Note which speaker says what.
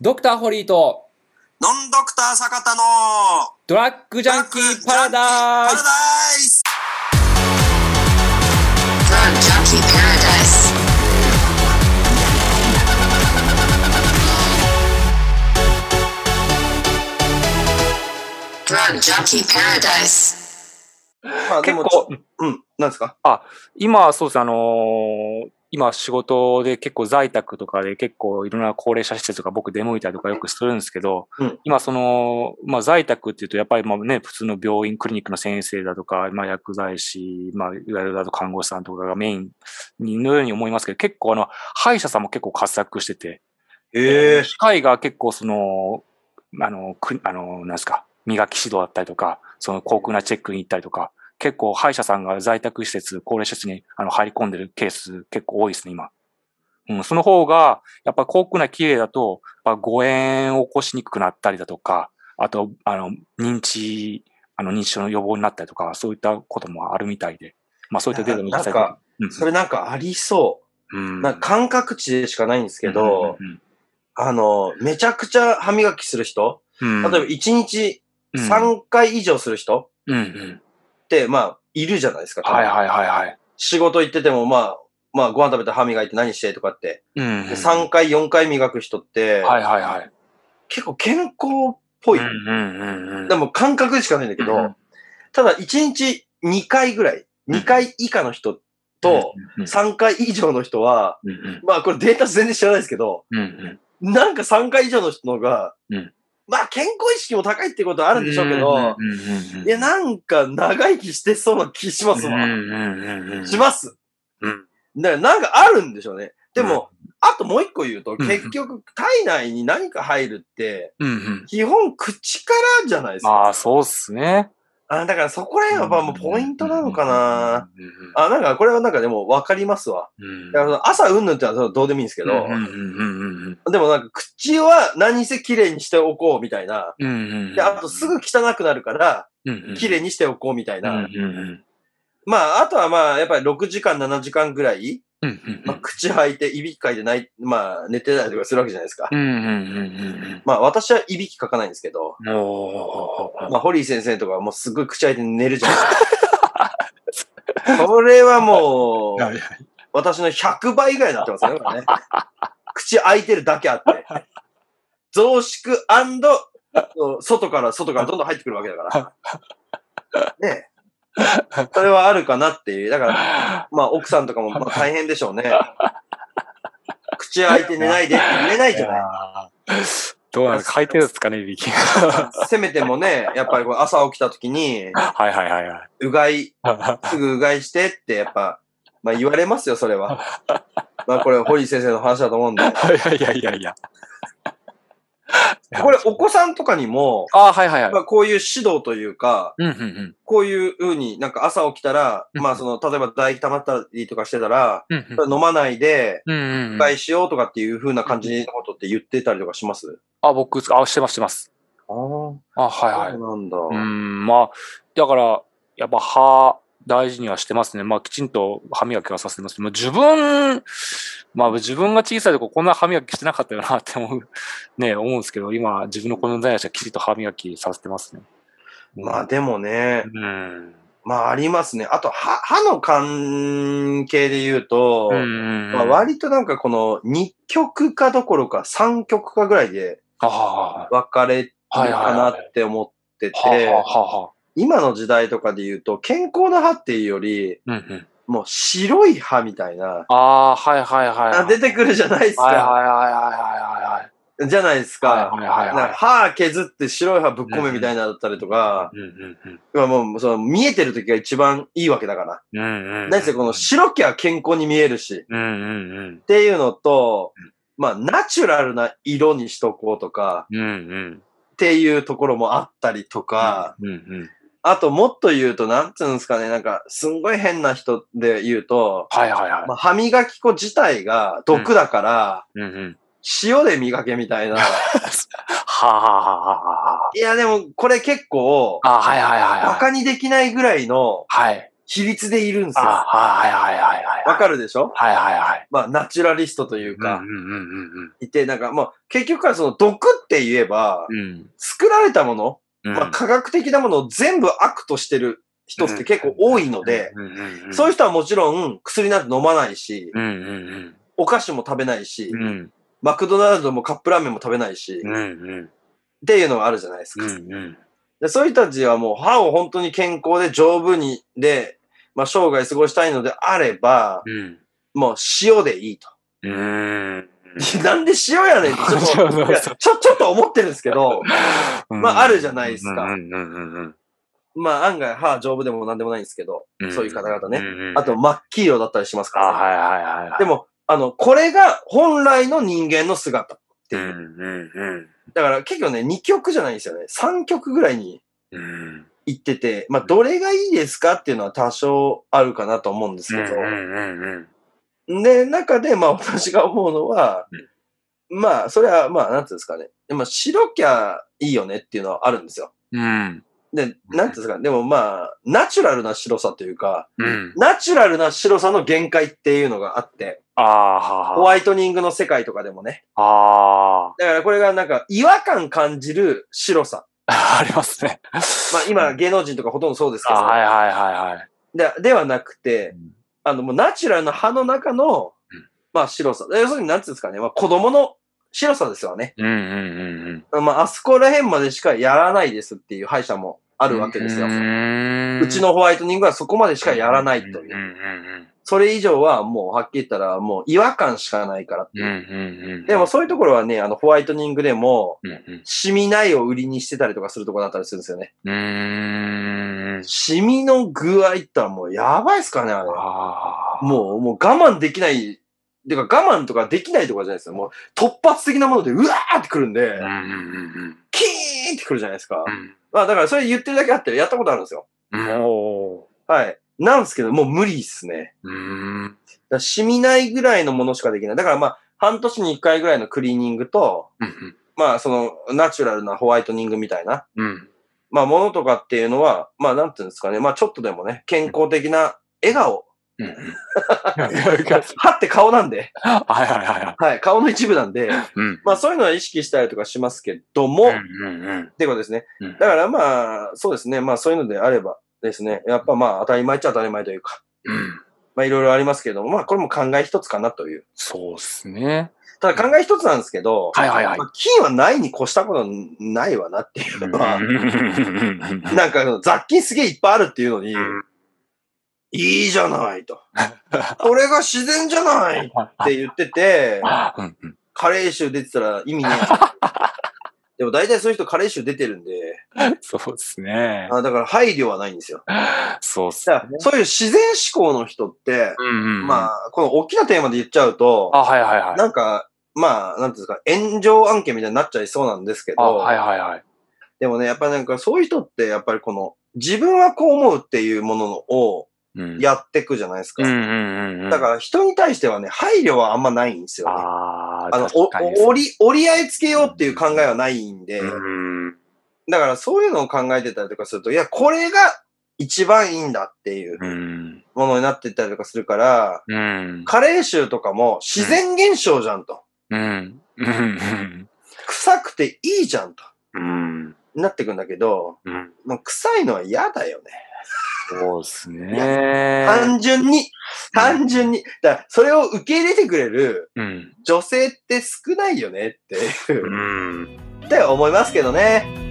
Speaker 1: ドクターホリーと
Speaker 2: ノンドクター坂田の
Speaker 1: ドラッグジャンキーパラダイ
Speaker 2: パラ
Speaker 1: ス
Speaker 2: ダイス
Speaker 3: Drug Junkie Paradise.
Speaker 2: まあでも
Speaker 4: 結構
Speaker 2: ちょうん、なんですか
Speaker 4: 今、そうですね、あのー今仕事で結構在宅とかで結構いろんな高齢者施設とか僕出向いたりとかよくするんですけど、
Speaker 2: うん
Speaker 4: 今その、まあ在宅っていうとやっぱりまあね、普通の病院、クリニックの先生だとか、まあ薬剤師、まあいわゆるあと看護師さんとかがメインのように思いますけど、結構あの、歯医者さんも結構活躍してて、
Speaker 2: ええ
Speaker 4: 機械が結構その、あの、くあの、なんですか、磨き指導だったりとか、その高空なチェックに行ったりとか、結構歯医者さんが在宅施設、高齢施設にあの入り込んでるケース結構多いですね、今。うん、その方が、やっぱ航空内綺麗だと、やっぱ誤嚥を起こしにくくなったりだとか、あと、あの、認知、あの、認知症の予防になったりとか、そういったこともあるみたいで、まあそういったデータも
Speaker 2: ななんか、
Speaker 4: うん
Speaker 2: それなんかありそ
Speaker 4: うん
Speaker 2: う。なんか感覚値でしかないんですけど、
Speaker 4: うん
Speaker 2: あの、めちゃくちゃ歯磨きする人、
Speaker 4: うん
Speaker 2: 例えば1日
Speaker 4: うん
Speaker 2: 3回以上する人
Speaker 4: うんうん
Speaker 2: って、まあ、いるじゃないですか。
Speaker 4: はいはいはいはい。
Speaker 2: 仕事行ってても、まあ、まあ、ご飯食べて歯磨いて何してとかって。
Speaker 4: うんうん
Speaker 2: で3回、4回磨く人って、
Speaker 4: はいはいはい。
Speaker 2: 結構健康っぽい。
Speaker 4: うんうんうんうん。
Speaker 2: でも感覚でしかないんだけど、
Speaker 4: うん
Speaker 2: ただ1日2回ぐらい、
Speaker 4: ん
Speaker 2: 2回以下の人と、
Speaker 4: うん
Speaker 2: 3回以上の人は、
Speaker 4: うんうん
Speaker 2: まあこれデータ全然知らないですけど、
Speaker 4: うんうん
Speaker 2: なんか3回以上の人の方が、
Speaker 4: うん
Speaker 2: まあ健康意識も高いってことはあるんでしょうけ
Speaker 4: うん
Speaker 2: ど、
Speaker 4: うんうんうん
Speaker 2: いや、なんか長生きしてそうな気します
Speaker 4: うん
Speaker 2: わ。
Speaker 4: うんうんうん
Speaker 2: します。
Speaker 4: うん
Speaker 2: だからなんかあるんでしょうね。でも、あともう一個言うと、
Speaker 4: ん
Speaker 2: 結局体内に何か入るって、
Speaker 4: うんうん
Speaker 2: 基本口からじゃないですか。
Speaker 4: まあ、そうっすね。
Speaker 2: あ、だからそこら辺はやっぱもうポイントなのかな。
Speaker 4: うんうん
Speaker 2: あ、なんかこれはなんかでも分かりますわ。
Speaker 4: うん。
Speaker 2: だからその朝うんぬんってのはどうでもいいんですけ
Speaker 4: う
Speaker 2: ど、
Speaker 4: んうんうんうん
Speaker 2: でもなんか口は何せ綺麗にしておこうみたいな。
Speaker 4: うんうんうん。
Speaker 2: で、あとすぐ汚くなるから、綺麗
Speaker 4: に
Speaker 2: にしておこうみたいな。
Speaker 4: うんうんうん
Speaker 2: まあ、あとはまあ、やっぱり6時間、7時間ぐらい、
Speaker 4: うんうん
Speaker 2: まあ、口吐いて、いびきかいてない、まあ、寝てたりとかするわけじゃないですか。
Speaker 4: うんうんうんうん
Speaker 2: まあ、私はいびきかかないんですけど、
Speaker 4: うん。おー
Speaker 2: まあ、ホリー先生とかはもうすごい口開いて寝るじゃないです か。それはもう、私の100倍ぐらいになってますよね、これね。口開いてるだけあって。増縮外から外からどんどん入ってくるわけだから。ねえそれはあるかなっていう。だから、まあ奥さんとかもまあ大変でしょうね。口開いて寝ないでって言えないじゃない。
Speaker 4: いやーどうなんですか回転ですかね、いびき。
Speaker 2: せめてもね、やっぱりこう朝起きた時に、
Speaker 4: はいはいはいう
Speaker 2: がい
Speaker 4: は
Speaker 2: すぐうがいしてって、やっぱ、まあ言われますよ、それは。まあこれ、堀井先生の話だと思うんで。
Speaker 4: い。いやいやいやいや。
Speaker 2: これ、お子さんとかにも、
Speaker 4: ああ、はいはいはい
Speaker 2: ま。あこういう指導というか、
Speaker 4: うんうんうん
Speaker 2: こういうふうになんか朝起きたら、
Speaker 4: うん
Speaker 2: まあその、例えば唾液溜まったりとかしてたら、
Speaker 4: うんうん
Speaker 2: それ飲まないで、
Speaker 4: うんうんう
Speaker 2: うが
Speaker 4: ん。
Speaker 2: いしようとかっていうふうな感じのことって言ってたりとかします
Speaker 4: あ、僕ですか、あ、してます、してます。
Speaker 2: ああ、そ
Speaker 4: あ、
Speaker 2: う
Speaker 4: はいはい。
Speaker 2: なんだ。
Speaker 4: うん、まあ、だから、やっぱ歯、大事にはしてますね。まあ、きちんと歯磨きはさせてます。まあ、自分、まあ、自分が小さい頃こんな歯磨きしてなかったよなって思う、 ね、思うんですけど、今、自分の子の代はきちんと歯磨きさせてますね。
Speaker 2: まあでもね
Speaker 4: う、ん。
Speaker 2: まあありますね。あと、歯、歯の関係で言うと、
Speaker 4: うん。
Speaker 2: まあ、割となんかこの2曲かどころか3曲かぐらいで
Speaker 4: あは
Speaker 2: 分かれる
Speaker 4: あ、はいはい
Speaker 2: か
Speaker 4: は。
Speaker 2: ないって思ってて、
Speaker 4: はあはあはあはあ。
Speaker 2: 今の時代とかで言うと健康な歯っていうより、
Speaker 4: うんうん。
Speaker 2: もう白い歯みたいな、
Speaker 4: ああ、はいはいはいはい。
Speaker 2: あ出てくるじゃないですか。
Speaker 4: はいはいはいはいはいはい。
Speaker 2: じゃないですか。
Speaker 4: はいはいはい
Speaker 2: なん
Speaker 4: は
Speaker 2: か
Speaker 4: い。
Speaker 2: 歯削って白い歯ぶっ込めみたいなだったりとか、
Speaker 4: うんうんうん。
Speaker 2: まあもうその見えてる時が一番いいわけだから。
Speaker 4: うんうん。
Speaker 2: なんせこの白きゃ健康に見えるし、っ
Speaker 4: うんうんうん。
Speaker 2: ていうのと、まあナチュラルな色にしとこうとか、
Speaker 4: うんうん。
Speaker 2: っていうところもあったりとか、
Speaker 4: うんうん。
Speaker 2: あともっと言うと、なんつうんですかね、なんか、すんごい変な人で言うと、
Speaker 4: はいはいはい。
Speaker 2: まあ、歯磨き粉自体が毒だから、
Speaker 4: うんうん。
Speaker 2: 塩で磨けみたい な。
Speaker 4: はあはあはあはあはい
Speaker 2: や、でもこれ結構、
Speaker 4: あ。あ、はいはいはい
Speaker 2: 馬
Speaker 4: はい。
Speaker 2: 鹿にできないぐらいの
Speaker 4: はい。
Speaker 2: 比率でいるんです
Speaker 4: あ
Speaker 2: よ。わ
Speaker 4: はいはいはいはい。
Speaker 2: かるでしょ
Speaker 4: はいはいはい。
Speaker 2: まあ、ナチュラリストという
Speaker 4: うん
Speaker 2: か、
Speaker 4: うんうん
Speaker 2: いて、なんか、まあ、結局はその毒って言えば、
Speaker 4: うんうん。
Speaker 2: 作られたもの、
Speaker 4: うん。
Speaker 2: まあ、科学的なものを全部悪としてる人って結構多いので、
Speaker 4: うんうんうん、
Speaker 2: そういう人はもちろん薬なんて飲まないし、
Speaker 4: うんうん
Speaker 2: お菓子も食べないし、
Speaker 4: うん。うん
Speaker 2: マクドナルドもカップラーメンも食べないし、
Speaker 4: うんうん
Speaker 2: っていうのがあるじゃないです
Speaker 4: う
Speaker 2: か。
Speaker 4: んうん。
Speaker 2: でそういう人たちはもう歯を本当に健康で丈夫に、で、まあ、生涯過ごしたいのであれば、
Speaker 4: うん。
Speaker 2: もう塩でいいと。
Speaker 4: うーん。
Speaker 2: なんで塩や ねんってちょっと
Speaker 4: そうそうそう
Speaker 2: いやちょちょっと思ってるんですけど、まああるじゃないですか
Speaker 4: うんうんうん
Speaker 2: まあ案外歯丈夫でもなんでもないんですけど、
Speaker 4: うん。
Speaker 2: そういう方々ね
Speaker 4: うんうん
Speaker 2: あと、真っ黄色だったりしますか
Speaker 4: あ、
Speaker 2: ら、ね
Speaker 4: はいはいはいはい。
Speaker 2: で
Speaker 4: も、
Speaker 2: も、あの、これが本来の人間の姿って
Speaker 4: うん
Speaker 2: いう。
Speaker 4: うん
Speaker 2: だから結局ね、2曲じゃないんですよね。3曲ぐらいに
Speaker 4: うん。うん。
Speaker 2: 行ってて、まあどれがいいですかっていうのは多少あるかなと思うんです
Speaker 4: うん
Speaker 2: けど、
Speaker 4: うんうん
Speaker 2: で、中で、まあ、私が思うのは、まあ、それは、まあ、なんていうんですかね。でも、白きゃいいよねっていうのはあるんですよ。
Speaker 4: うん。
Speaker 2: で、なんていうんですかね。でも、まあ、ナチュラルな白さというか、
Speaker 4: うん。
Speaker 2: ナチュラルな白さの限界っていうのがあって、
Speaker 4: ああ、はは。
Speaker 2: ホワイトニングの世界とかでもね。
Speaker 4: あ
Speaker 2: だから、これがなんか、違和感感じる白さ。
Speaker 4: あ。ありますね。
Speaker 2: まあ、今、芸能人とかほとんどそうですけ
Speaker 4: あ
Speaker 2: ど、
Speaker 4: はいはいはいはい。
Speaker 2: でではなくて、あの、もうナチュラルな歯の中の
Speaker 4: うん、
Speaker 2: まあ、白さ。要するに、なんていうんですかね。まあ、子供の白さですよね。
Speaker 4: うんうんうんうん。
Speaker 2: まあ、あそこら辺までしかやらないですっていう歯医者もあ
Speaker 4: あ
Speaker 2: るわけですよ
Speaker 4: う。ーん
Speaker 2: うちのホワイトニングはそこまでしかやらないと
Speaker 4: うん
Speaker 2: いうう。
Speaker 4: ん
Speaker 2: それ以上はもうはっきり言ったらもう違和感しかないからって
Speaker 4: うん。う
Speaker 2: い
Speaker 4: ん
Speaker 2: う。
Speaker 4: うんうん。
Speaker 2: でも、そういうところはね、あのホワイトニングでも、
Speaker 4: うんうん
Speaker 2: シミないを売りにしてたりとかするところだったりするんですよね。
Speaker 4: うーん。
Speaker 2: シミの具合ったらもうやばいっすからね、あれ。
Speaker 4: ああ。
Speaker 2: もう、もう我慢できない。てか我慢とかできないとかじゃないですよ。もう突発的なものでうわーってくるんで
Speaker 4: う、んうんうん
Speaker 2: キーンってくるじゃないですか
Speaker 4: う。ん。
Speaker 2: まあだからそれ言ってるだけあってやったことあるんですよ。
Speaker 4: うん。も
Speaker 2: はい。なんですけど、もう無理っすね。
Speaker 4: う。うーん。
Speaker 2: だから染みないぐらいのものしかできない。だからまあ、半年に一回ぐらいのクリーニングと、
Speaker 4: うん
Speaker 2: まあ、その、ナチュラルなホワイトニングみたいな、
Speaker 4: うん。うん。
Speaker 2: まあ、ものとかっていうのは、まあ、なんていうんですかね。まあ、ちょっとでもね、健康的な笑顔。
Speaker 4: うんうん。はい
Speaker 2: 歯って顔なんで、
Speaker 4: はいはいはい。
Speaker 2: はい、顔の一部なんで、
Speaker 4: うん。
Speaker 2: まあ、そういうのは意識したりとかしますけども、
Speaker 4: う
Speaker 2: っ
Speaker 4: んうんうん。
Speaker 2: てことですね
Speaker 4: うん。
Speaker 2: だからまあ、そうですね。まあ、そういうのであればですね、やっぱまあ、当たり前っちゃ当たり前というか、
Speaker 4: うん。
Speaker 2: まあ、いろいろありますけれども、まあ、これも考え一つかなという。
Speaker 4: そうっすね。
Speaker 2: ただ考え一つなんですけど、
Speaker 4: はいはいはい
Speaker 2: まあ金はないに越したことないわなっていうのは、なんか雑菌すげえいっぱいあるっていうのに、
Speaker 4: うん
Speaker 2: いいじゃないと。これが自然じゃないって言って て、
Speaker 4: うんうん
Speaker 2: カレー臭出てたら意味ねえ。 でも大体そういう人カレー臭出てるんで、
Speaker 4: そうっすね。
Speaker 2: あだから配慮はないんですよ。
Speaker 4: そうっす
Speaker 2: だからそういう自然思考の人って、
Speaker 4: うんうんうん
Speaker 2: まあ、この大きなテーマで言っちゃうと、
Speaker 4: あ、はいはいはい。
Speaker 2: なんか、まあ、なんていうんですか、炎上案件みたいになっちゃいそうなんですけど、
Speaker 4: あ、はいはいはい。
Speaker 2: でもね、やっぱなんかそういう人って、やっぱりこの、自分はこう思うっていうもののを
Speaker 4: うん
Speaker 2: やっていくじゃないですか。
Speaker 4: うんうんうんうん。
Speaker 2: だから人に対してはね、配慮はあんまないんですよね。
Speaker 4: あー
Speaker 2: あの、
Speaker 4: 確
Speaker 2: お
Speaker 4: かに
Speaker 2: お折り、折り合いつけようっていう考えはないんで、
Speaker 4: うん
Speaker 2: だからそういうのを考えてたりとかすると、いや、これが一番いいんだっていう
Speaker 4: うん。
Speaker 2: ものになってったりとかするから、
Speaker 4: うん。
Speaker 2: 加齢臭とかも自然現象じゃんと。
Speaker 4: うん。うん。
Speaker 2: 臭くていいじゃんと。
Speaker 4: うん。
Speaker 2: なってくんだけど、
Speaker 4: うん。
Speaker 2: もう臭いのは嫌だよね。
Speaker 4: そうですね。
Speaker 2: 単純に、単純に。だからそれを受け入れてくれる
Speaker 4: うん。
Speaker 2: 女性って少ないよねっていうう、
Speaker 4: ん。
Speaker 2: って思いますけどね。